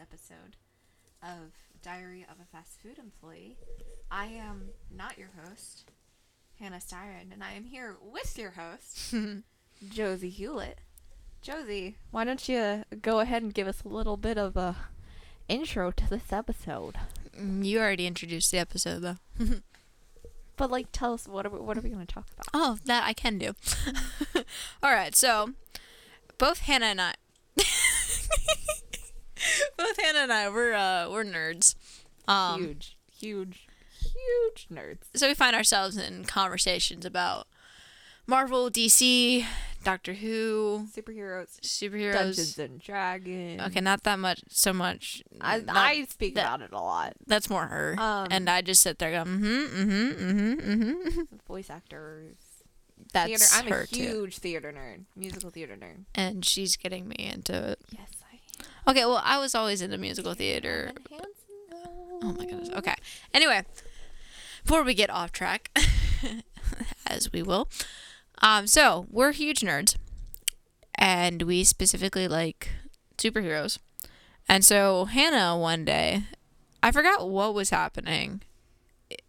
episode of Diary of a Fast Food Employee. I am not your host, Hannah Styron, and I am here with your host, Josie Hewlett. Josie, Why don't you go ahead and give us a little bit of a intro to this episode? You already introduced the episode, though. But like, tell us what are we, what are we going to talk about? Oh, that I can do. All right, so both Hannah and I, both Hannah and I, we're uh, we're nerds. Um, huge, huge, huge nerds. so we find ourselves in conversations about Marvel, DC, Doctor Who, Superheroes, Dungeons superheroes. and Dragons. Okay, not that much, so much. I, not- I speak that- about it a lot. that's more her. Um, and I just sit there going, mm-hmm, mm-hmm, mm-hmm, mm-hmm. Voice actors. That's Theater. I'm her a too. huge theater nerd. Musical theater nerd. And she's getting me into it. Yes, I Okay, well, I was always into musical theater. am. Hanson. Oh my goodness. Okay. Anyway, before we get off track, as we will, um, so we're huge nerds, and we specifically like superheroes. And so Hannah, one day, I forgot what was happening.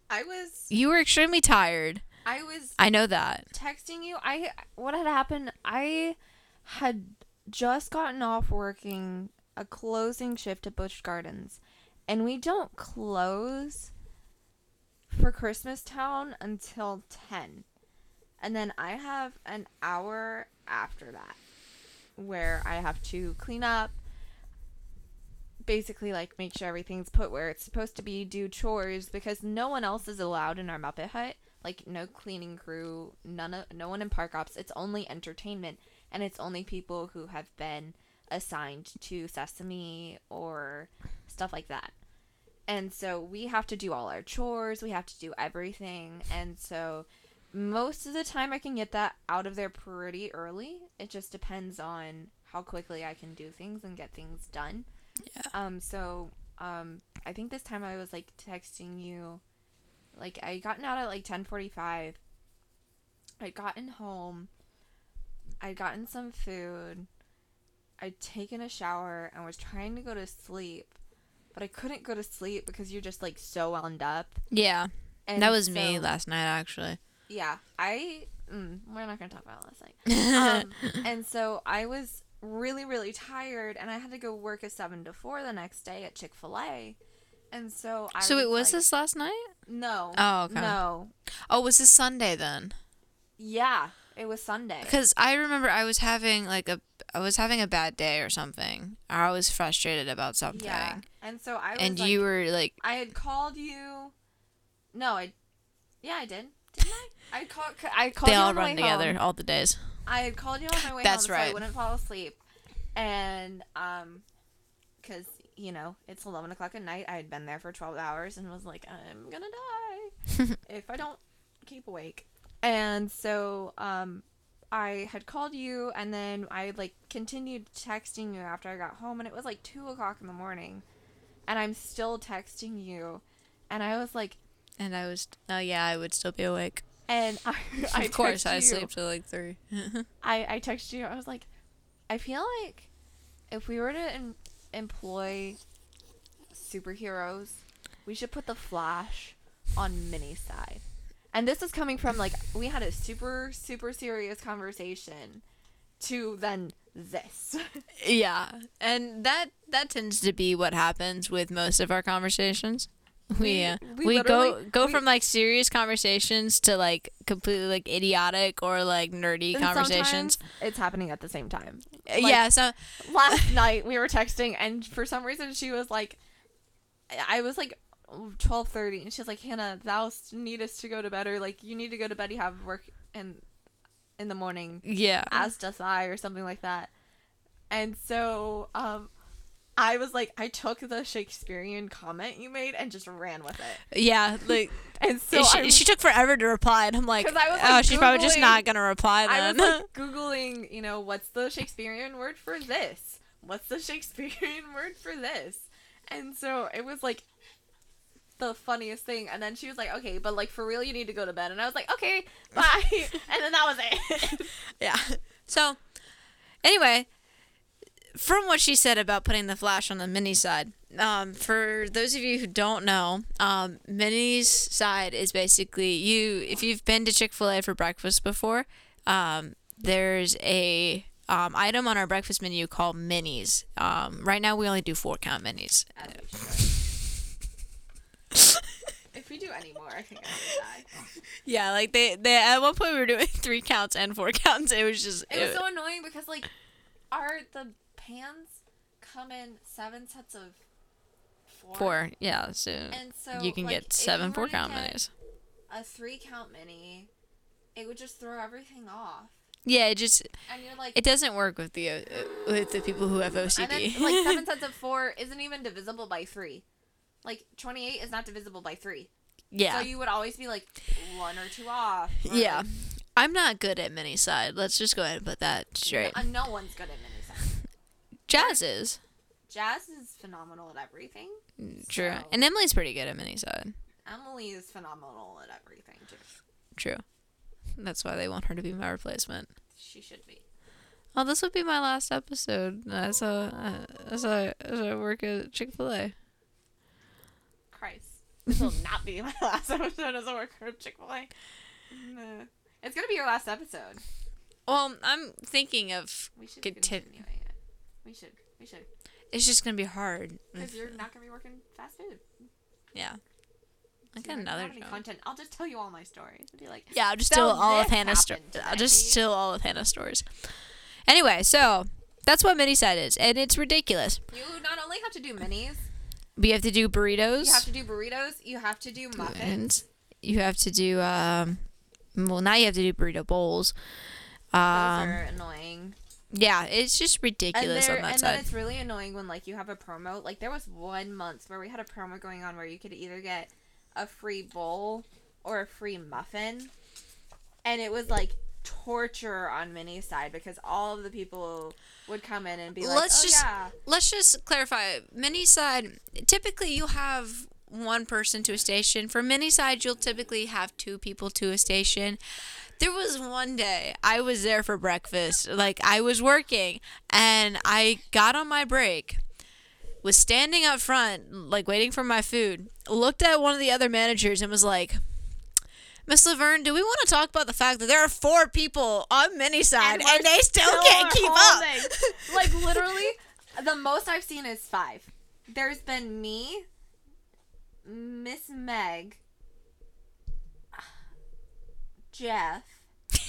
I was You were extremely tired. I was I know that. texting you. I I what had happened i had just gotten off working a closing shift at bush gardens and we don't close for christmas town until 10 and then i have an hour after that where i have to clean up basically like make sure everything's put where it's supposed to be do chores because no one else is allowed in our muppet hut like no cleaning crew none of no one in park ops it's only entertainment and it's only people who have been assigned to sesame or stuff like that and so we have to do all our chores we have to do everything and so most of the time i can get that out of there pretty early it just depends on how quickly i can do things and get things done um, so um, I think this time I was like texting you, like I gotten out at like ten forty five. I'd gotten home. I'd gotten some food. I'd taken a shower and was trying to go to sleep, but I couldn't go to sleep because you're just like so wound up. Yeah, And that was me so- last night actually. yeah, I mm, we're not gonna talk about last night. Um, and so I was really really tired, and I had to go work a seven to four the next day at Chick Fil A, and so I so it was like, this last night? no Oh, okay. no Oh, it was this Sunday then? yeah it was Sunday Because I remember I was having like a I was having a bad day or something. Or I was frustrated about something, yeah and so I was and like, you were like, I had called you no I yeah I did didn't I I called I called "They you all on the way run together home. all the days." I had called you on my way That's home so I right. wouldn't fall asleep. And, um, because, you know, it's 11 o'clock at night. I had been there for 12 hours and was like, I'm gonna die if I don't keep awake. And so, um, I had called you and then I, like, continued texting you after I got home and it was like 2 o'clock in the morning. And I'm still texting you. And I was like, And I was, oh yeah, I would still be awake. and I, I of course, text I you. sleep till like three. I, I texted you. I was like, I feel like if we were to em- employ superheroes, we should put the Flash on mini side. And this is coming from like we had a super super serious conversation to then this. yeah, and that that tends to be what happens with most of our conversations. We We- uh, we we, go literally- go we- from like serious conversations to like completely like idiotic or like nerdy And conversations. sometimes It's happening at the same time. Uh, yeah, so last night we were texting and for some reason she was like I- I was like 12:30 and she's like Hannah thou needest to go to bed or like you need to go to bed you have work in in the morning yeah. as does I or something like that and so um I was like I took the Shakespearean comment you made and just ran with it Yeah, like and so she, I, she took forever to reply, and I'm like, 'Cause I was, oh, like, she's probably just Googling- not gonna reply I was then. like googling you know what's the Shakespearean word for this what's the Shakespearean word for this and so it was like the funniest thing. And then she was like, okay, but like for real, you need to go to bed. And I was like, okay, bye. and then that was it. yeah. So, anyway, from what she said about putting the flash on the mini side, um, for those of you who don't know, um, mini's side is basically you. If you've been to Chick Fil A for breakfast before, um, there's a um, item on our breakfast menu called minis. Um, right now, we only do four count minis. If we do any more, I think I'm gonna die. Yeah, like they, they at one point we were doing three counts and four counts. It was just It was so annoying because like, are the pans come in seven sets of four? four. Yeah, so And so you can like, get if you seven were four to count get minis. A three count mini, it would just throw everything off, Yeah, it just and you're like, it doesn't work with the uh, with the people who have and then OCD. like seven sets of four isn't even divisible by three. Like twenty eight is not divisible by three. yeah, So you would always be like one or two off. or, yeah. like, I'm not good at mini side. Let's just go ahead and put that straight. uh, no one's good at mini sets. Jazz is Jazz is phenomenal at everything. true, So- and Emily's pretty good at mini side. Emily is phenomenal at everything too. True. That's why they want her to be my replacement. She should be. Oh, this would be my last episode uh, as a as I as I work at Chick Fil A. Christ. This will not be my last episode as a worker of Chick fil A. No. It's going to be your last episode. Well, I'm thinking of We should Good tip. continue it. We should. We should. it's just gonna be hard. Because you're not going to be working fast food. Yeah. I So got you're not gonna another have any job. content. I'll just tell you all my stories. I'll be like, Yeah, I'll just So steal all of this Hannah's stories. happened I'll just today. steal all of Hannah's stories. Anyway, so that's what mini side is, and it's ridiculous. you not only have to do minis, We have to do burritos. you have to do burritos, you have to do muffins. and you have to do um, well now you have to do burrito bowls. Those Um, are annoying. yeah, it's just And, ridiculous there- on that and side. then it's really annoying when like you have a promo. Like there was one month where we had a promo going on where you could either get a free bowl or a free muffin, and it was like torture on Minnie's side because all of the people would come in and be like, Let's "Oh just- yeah, Let's just clarify. Mini side typically you'll have one person to a station. For mini side you'll typically have two people to a station. There was one day I was there for breakfast. Like I was working and I got on my break. Was standing up front, like waiting for my food. Looked at one of the other managers and was like, "Miss Laverne, do we want to talk about the fact that there are four people on mini side and, we're they still still can't are keep holding." up?" like literally, the most I've seen is five. There's been me, Miss Meg, Jeff."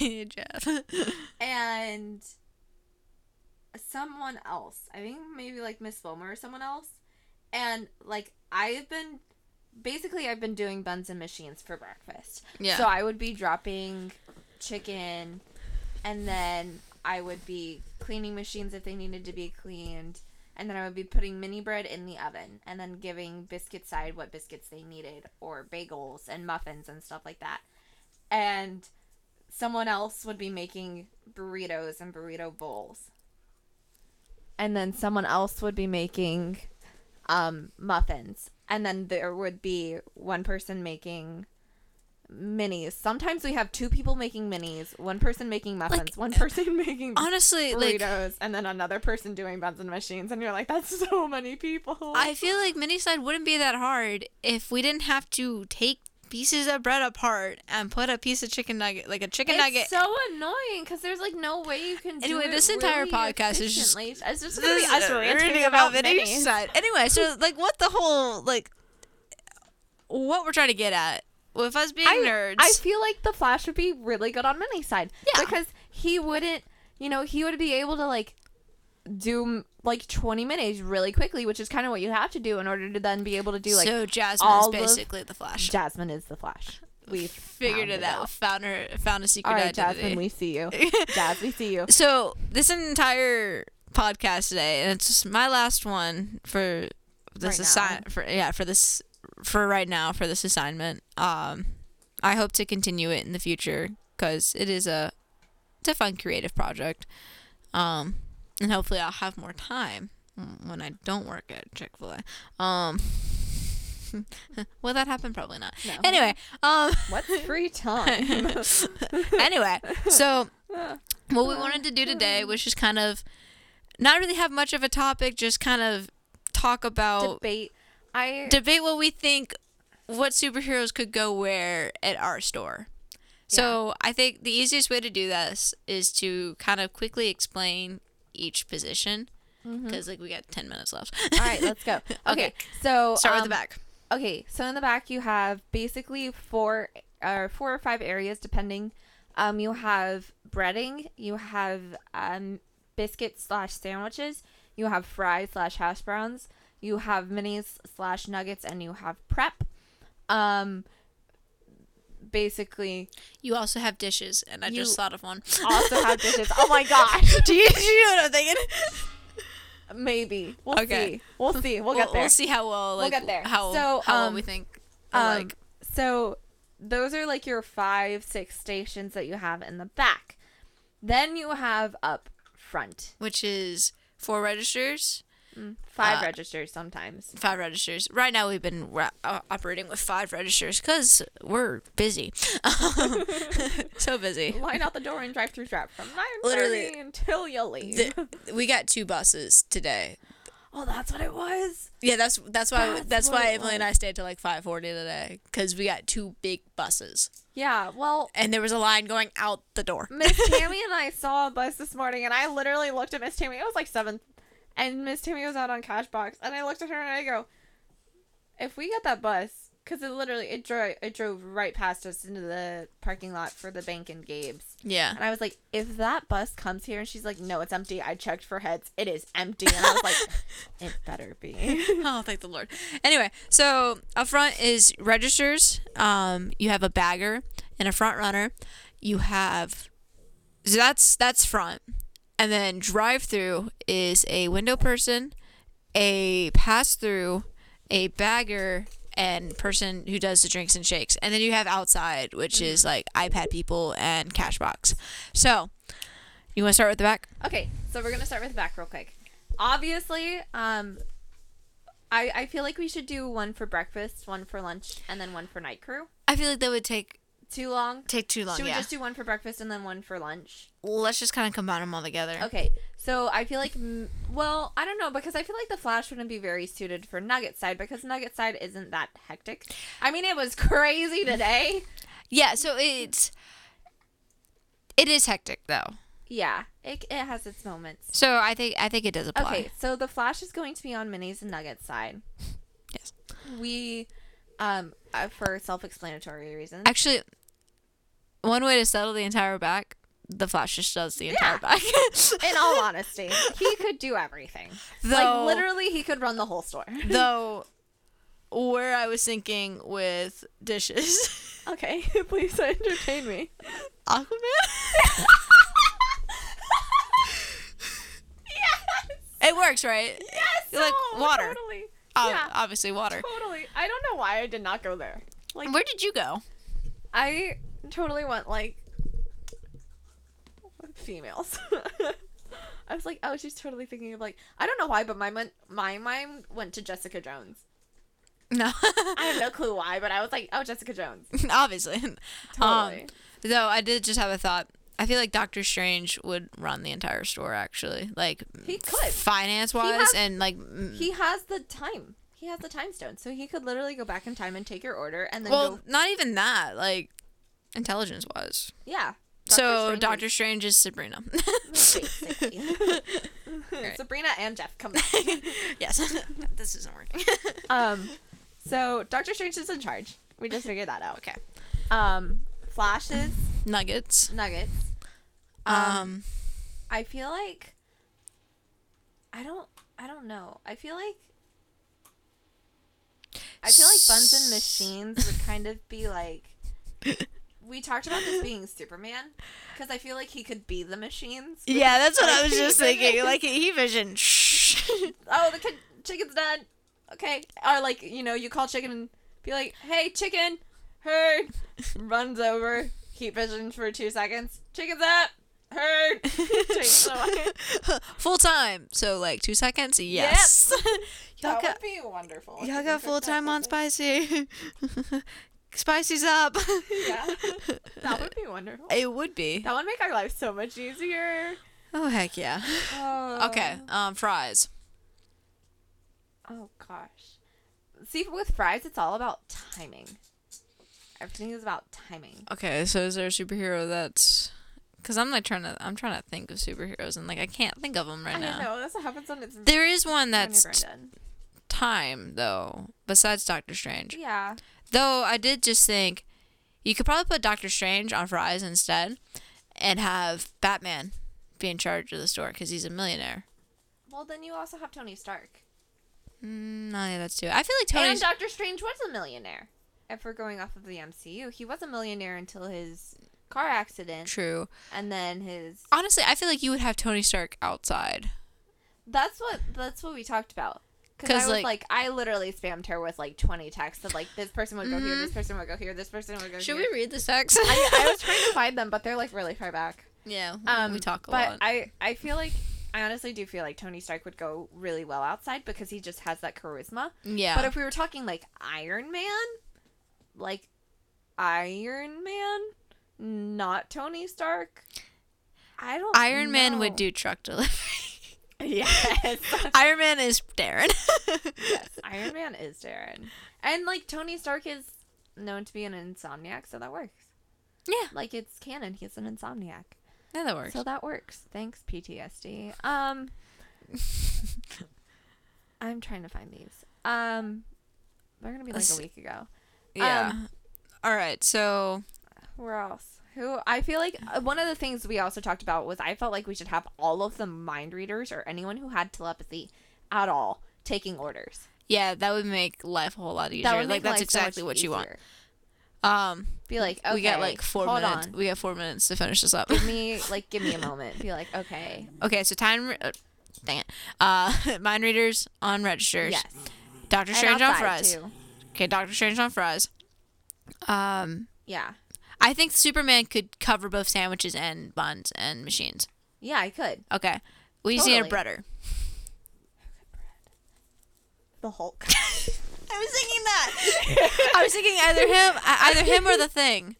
Jeff. and someone else. I think maybe like Miss Wilmer or someone else. And like I've been basically I've been doing buns and machines for breakfast. Yeah. So I would be dropping chicken and then I would be cleaning machines if they needed to be cleaned. And then I would be putting mini bread in the oven and then giving biscuit side what biscuits they needed or bagels and muffins and stuff like that. And someone else would be making burritos and burrito bowls. And then someone else would be making um, muffins. And then there would be one person making minis. Sometimes we have two people making minis, one person making muffins, one person making honestly like burritos, and then another person doing buns and machines. And you're like, that's so many people. i feel like mini side wouldn't be that hard if we didn't have to take pieces of bread apart and put a piece of chicken nugget like a chicken nugget It's so annoying because there's like no way you can. Do Anyway, it this entire really podcast is just- efficiently. It's just gonna be us ranting reading about about mini. mini side anyway so like what the whole like what we're trying to get at with us being nerds I feel like the Flash would be really good on mini side. Yeah. Because he wouldn't, you know, he would be able to like do mm, like 20 minis really quickly, which is kind of what you have to do in order to then be able to do like so jasmine all is of- basically the flash Jasmine is the Flash. We figured it out found her found a secret All right, Jasmine, identity we see you. Jazz, we see you. so this entire podcast today and it's just my last one for this Right assign for yeah for this for right now for this assignment um i hope to continue it in the future because it is a it's a fun creative project um and hopefully i'll have more time when i don't work at chick-fil-a um will that happen probably not No. anyway um What's free time? anyway, so what we wanted to do today was just kind of not really have much of a topic, just kind of talk about Debate. I debate what we think what superheroes could go where at our store. So I think the easiest way to do this is to kind of quickly explain each position because like we got 10 minutes left. Mm-hmm. All right, let's go. Okay, Okay. so Start with the um, back. Okay, so in the back you have basically four or four or five areas depending. Um, you have breading, you have um biscuits slash sandwiches, you have fries slash hash browns, you have minis slash nuggets, and you have prep. Um, basically You also have dishes and I You- just thought of one. also have dishes. Oh my gosh, do, you, do you know what I'm thinking? maybe we'll Okay. see. We'll see. We'll get there. We'll see how well like get there. how So, how well um, we think Um, like so those are like your five, six stations that you have in the back. Then you have up front which is four registers, five Uh, registers sometimes. five registers. Right now we've been ra- uh, operating with five registers cuz we're busy. so busy. Line out the door and drive through trap from nine Literally. thirty until you leave. Th- we got two buses today. oh, that's what it was. Yeah, that's that's why that's, That's what why it Emily and I stayed till like 5:40 today cuz we got two big buses Yeah. Well, and there was a line going out the door. Miss Tammy and I saw a bus this morning, and I literally looked at Miss Tammy. It was like seven, and Miss Tammy was out on Cashbox, and I looked at her and I go, "If we get that bus, because it literally it drove it drove right past us into the parking lot for the bank and Gabe's." Yeah. And I was like, if that bus comes here, and she's like, no, it's empty. I checked for heads. It is empty. And I was like, it better be. oh, thank the Lord. Anyway, so up front is registers. Um, you have a bagger and a front runner. You have so that's that's front, and then drive through is a window person, a pass through, a bagger, and person who does the drinks and shakes. And then you have outside, which is like iPad people and Cashbox. So you want to start with the back? Okay, so we're gonna start with the back real quick. Obviously, um, I I feel like we should do one for breakfast, one for lunch, and then one for night crew. I feel like that would take Too long. take too long. Should we yeah, just do one for breakfast and then one for lunch? let's just kind of combine them all together. Okay, so I feel like, mm, well, I don't know because I feel like the Flash wouldn't be very suited for Nugget side because Nugget side isn't that hectic. I mean, it was crazy today. Yeah, so it's it is hectic though. Yeah, it, it has its moments. So I think I think it does apply. Okay, so the Flash is going to be on Minnie's and Nugget's side. Yes. We, um, uh, for self-explanatory reasons. Actually, one way to settle the entire back, the Flash just does the entire Yeah. back. In all honesty, he could do everything. Though- like literally, he could run the whole store. Though, where I was thinking with dishes, Okay, please entertain me. Aquaman. It works, right? Yes, You like no, water. Uh, Totally, Ob- yeah. Obviously, water. totally. I don't know why I did not go there. Like Where did you go? I totally went like females. I was like, oh, she's totally thinking of like I don't know why, but my mind, my mind went to Jessica Jones. No. I have no clue why, but I was like, oh, Jessica Jones. obviously. Totally. Um, though I did just have a thought. I feel like Doctor Strange would run the entire store actually, like He could. finance wise has- and like. mm, He has the time. He has the time stone, so he could literally go back in time and take your order, and then well, go. not even that, like intelligence wise. Yeah. So Strange Doctor Strange is Sabrina. is basically- Sabrina and Jeff come. back. yes, this isn't working. Um, so Doctor Strange is in charge. We just figured that out. Okay. Um, flashes, Nuggets. nuggets. Um, I feel like I don't I don't know. I feel like I feel like Buns and Machines would kind of be like we talked about this being Superman because I feel like he could be the machines. yeah, that's what I was He just thinking. Like he vision. Shh. Oh, the kid, chicken's done. Okay, or like you know, you call chicken and be like, "Hey, chicken, herd," runs over, heat vision for two seconds. Chicken's up, herd. Takes away. Full time. So like two seconds. Yes. Y'all That got- would be wonderful. if Y'all we got could full time on practice spicy. Spicy's up. it. Yeah, that would be wonderful. It would be. That would make our life so much easier. Oh heck yeah. Oh. Okay, um, fries. Oh gosh. See, with fries, it's all about timing. Everything is about timing. Okay, so is there a superhero that's? Because I'm like trying to, I'm trying to think of superheroes and like I can't think of them right I now. know that's what happens when it's There is one when that's you're t- done. time though, besides Doctor Strange. Yeah. Though I did just think you could probably put Doctor Strange on fries instead, and have Batman be in charge of the store because he's a millionaire. Well, then you also have Tony Stark. Mm, oh yeah, that's too. I feel like Tony. and Doctor Strange was a millionaire. If we're going off of the MCU, he was a millionaire until his car accident, True. and then his. Honestly, I feel like you would have Tony Stark outside. That's what that's what we talked about. 'Cause, Because I was like- like, I literally spammed her with like twenty texts of like this person would go here, this person would go here, this person would go Mm-hmm. Should here. we read the sex? I, I was trying to find them, but they're like really far back. yeah, Um, we talk a but lot. I, I feel like I honestly do feel like Tony Stark would go really well outside because he just has that charisma. yeah, But if we were talking like Iron Man, like Iron Man, not Tony Stark, I don't. Iron Man would know. do truck delivery. yes. Iron Man is Darren. yes, Iron Man is Darren, and like Tony Stark is known to be an insomniac, so that works. Yeah. Like it's canon. He's an insomniac. yeah, that works. So that works. Thanks, PTSD. Um, I'm trying to find these. Um, they're gonna be like Let's- a week ago. yeah. um, All right. So Where else? Who? I feel like uh, one of the things we also talked about was I felt like we should have all of the mind readers or anyone who had telepathy at all taking orders. yeah, that would make life a whole lot easier. life like that's so much exactly what you want. easier. Um, Be like, okay, we got like four hold minutes. on. We got four minutes to finish this up. Give me like, give me a moment. Be like, okay, okay, so time. Re- uh, dang it. Uh, mind readers on registers. yes. Doctor And Strange on outside, fries. too. Okay, Doctor Strange on fries. Um, Yeah, I think Superman could cover both sandwiches and buns and machines. yeah, I could. Okay, we just need a Totally. breader. The Hulk. I was thinking that. I was thinking either him, I- either him or the thing,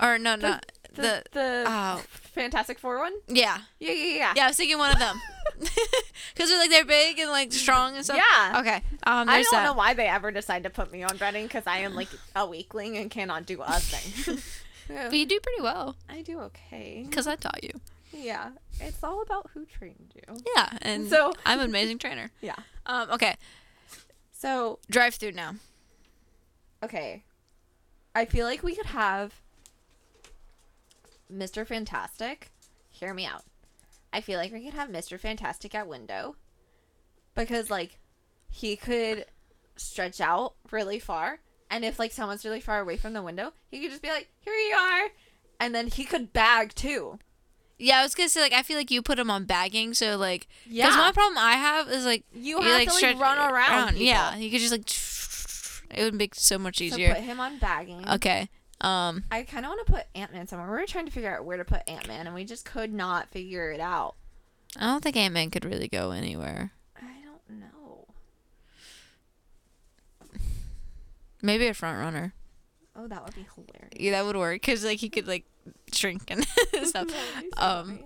or no, no, the, the the oh. Fantastic Four one. yeah, Yeah, yeah, yeah. yeah. I was thinking one of them because they're like they're big and like strong and stuff. Yeah. Okay. Um, I there's don't that. know why they ever decide to put me on breading because I am like a weakling and cannot do a thing. But you do pretty well I do okay. because I taught you. Yeah, it's all about who trained you. Yeah, and So- so I'm an amazing trainer. Yeah. Um, okay, So drive through now. okay, I feel like we could have Mr. Fantastic. Hear me out. I feel like we could have Mr. Fantastic at window because like he could stretch out really far, and if like someone's really far away from the window, he could just be like, "Here you are," and then he could bag too. Yeah, I was gonna say like I feel like you put them on bagging, so like because Yeah. one problem I have is like You have to, like, run around people. Yeah, you could just like it would make so much So easier. Uh, put him on bagging. okay, um, I kind of want to put Ant Man somewhere. We were trying to figure out where to put Ant Man, and we just could not figure it out. I don't think Ant Man could really go anywhere. I don't know. Maybe a front runner. Oh, that would be hilarious. Yeah, that would work because like he could like shrink and stuff. Um,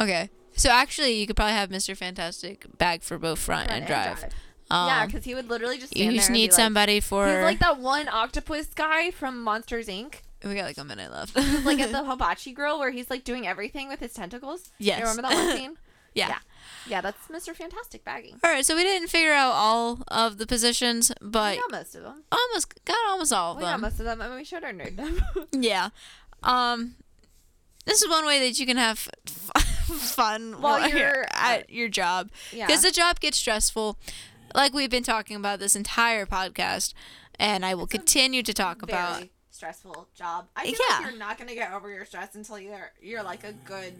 okay, so actually you could probably have Mister Fantastic bag for both front, and drive. Um, yeah, because he would literally just you stand just there and be need like- somebody for. He's like that one octopus guy from Monsters Inc. we got like a minute left. Like at the hibachi grill where he's like doing everything with his tentacles. Yes. You remember that one scene? yeah. yeah. Yeah, that's Mr. Fantastic bagging. All right, so we didn't figure out all of the positions, but We got most of them. almost got almost all of We got them. most of them, and we showed our nerddom. Yeah. Um, this is one way that you can have f- fun While while you're you're- at your job yeah. because the job gets stressful, like we've been talking about this entire podcast, and I will continue to talk about. very stressful job. I feel Yeah. like you're not gonna get over your stress until you're you're like a good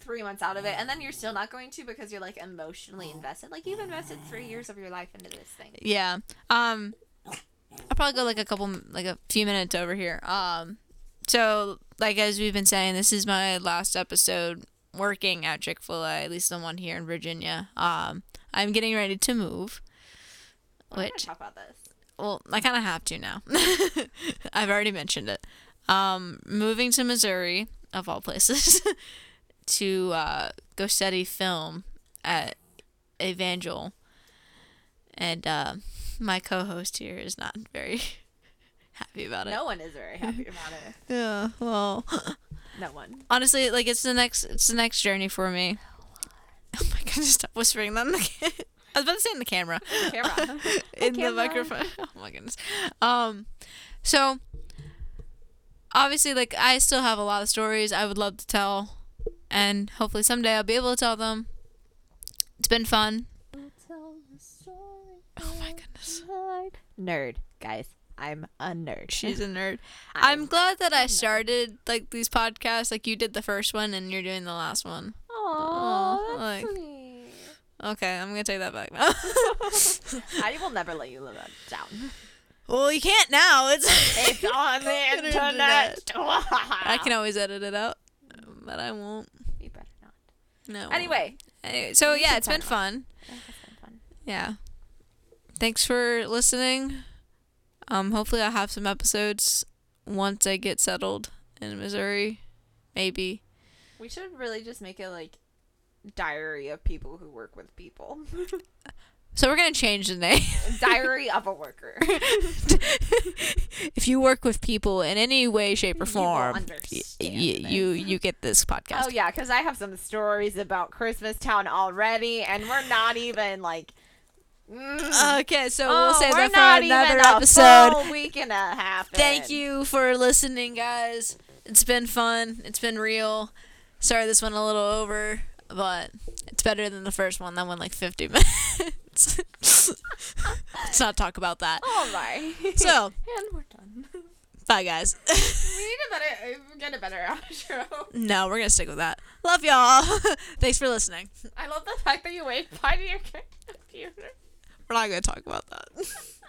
three months out of it, and then you're still not going to because you're like Oh. emotionally invested. Like you've invested three years of your life into this thing. Yeah. Um, I'll probably go like a couple, like a few minutes over here. Um, so like as we've been saying, this is my last episode working at Chick Fil A, at least the one here in Virginia. Um, I'm getting ready to move, We're gonna which talk about this. well, I kind of have to now. I've already mentioned it. Um, moving to Missouri of all places to uh, go study film at Evangel, and uh, my co-host here is not very happy about it. No one is very happy about it. Yeah. Well, No one. honestly, like it's the next it's the next journey for me. Oh my goodness! Stop whispering that in the. Ca- I was about to say in the camera. Camera. in the camera. microphone. Oh my goodness. Um, so obviously, like I still have a lot of stories I would love to tell, and hopefully someday I'll be able to tell them. It's been fun. Oh my goodness, Nerd, guys. I'm a nerd. she's a nerd. I'm glad that I started like these podcasts. Like you did the first one, and you're doing the last one. Aw, like- that's sweet. Okay, I'm gonna take that back now. I will never let you live that down. well, you can't now. It's It's on the internet. I can always edit it out, but I won't. You better not. No. Anyway, Anyway, so yeah, it's been fun. that's been fun. Yeah. Thanks for listening. Um, hopefully I'll have some episodes once I get settled in Missouri. Maybe. we should really just make it like diary of people who work with people. So we're gonna change the name. diary of a worker. if you work with people in any way, shape, or form, y- y- understand you you get this podcast. Oh yeah, because I have some stories about Christmas Town already, and we're not even like. Mm, Okay, so oh, Uh, we'll save we're that not for another even episode. A full week and a half. Thank in. you for listening, guys. It's been fun. It's been real. Sorry this went a little over, but it's better than the first one. That went like 50 minutes. Let's not talk about that. All right, So, and we're done. bye, guys. We need a better, uh, get a better outro. no, we're going to stick with that. Love y'all. Thanks for listening. I love the fact that you waved bye to your computer. We're not going to talk about that.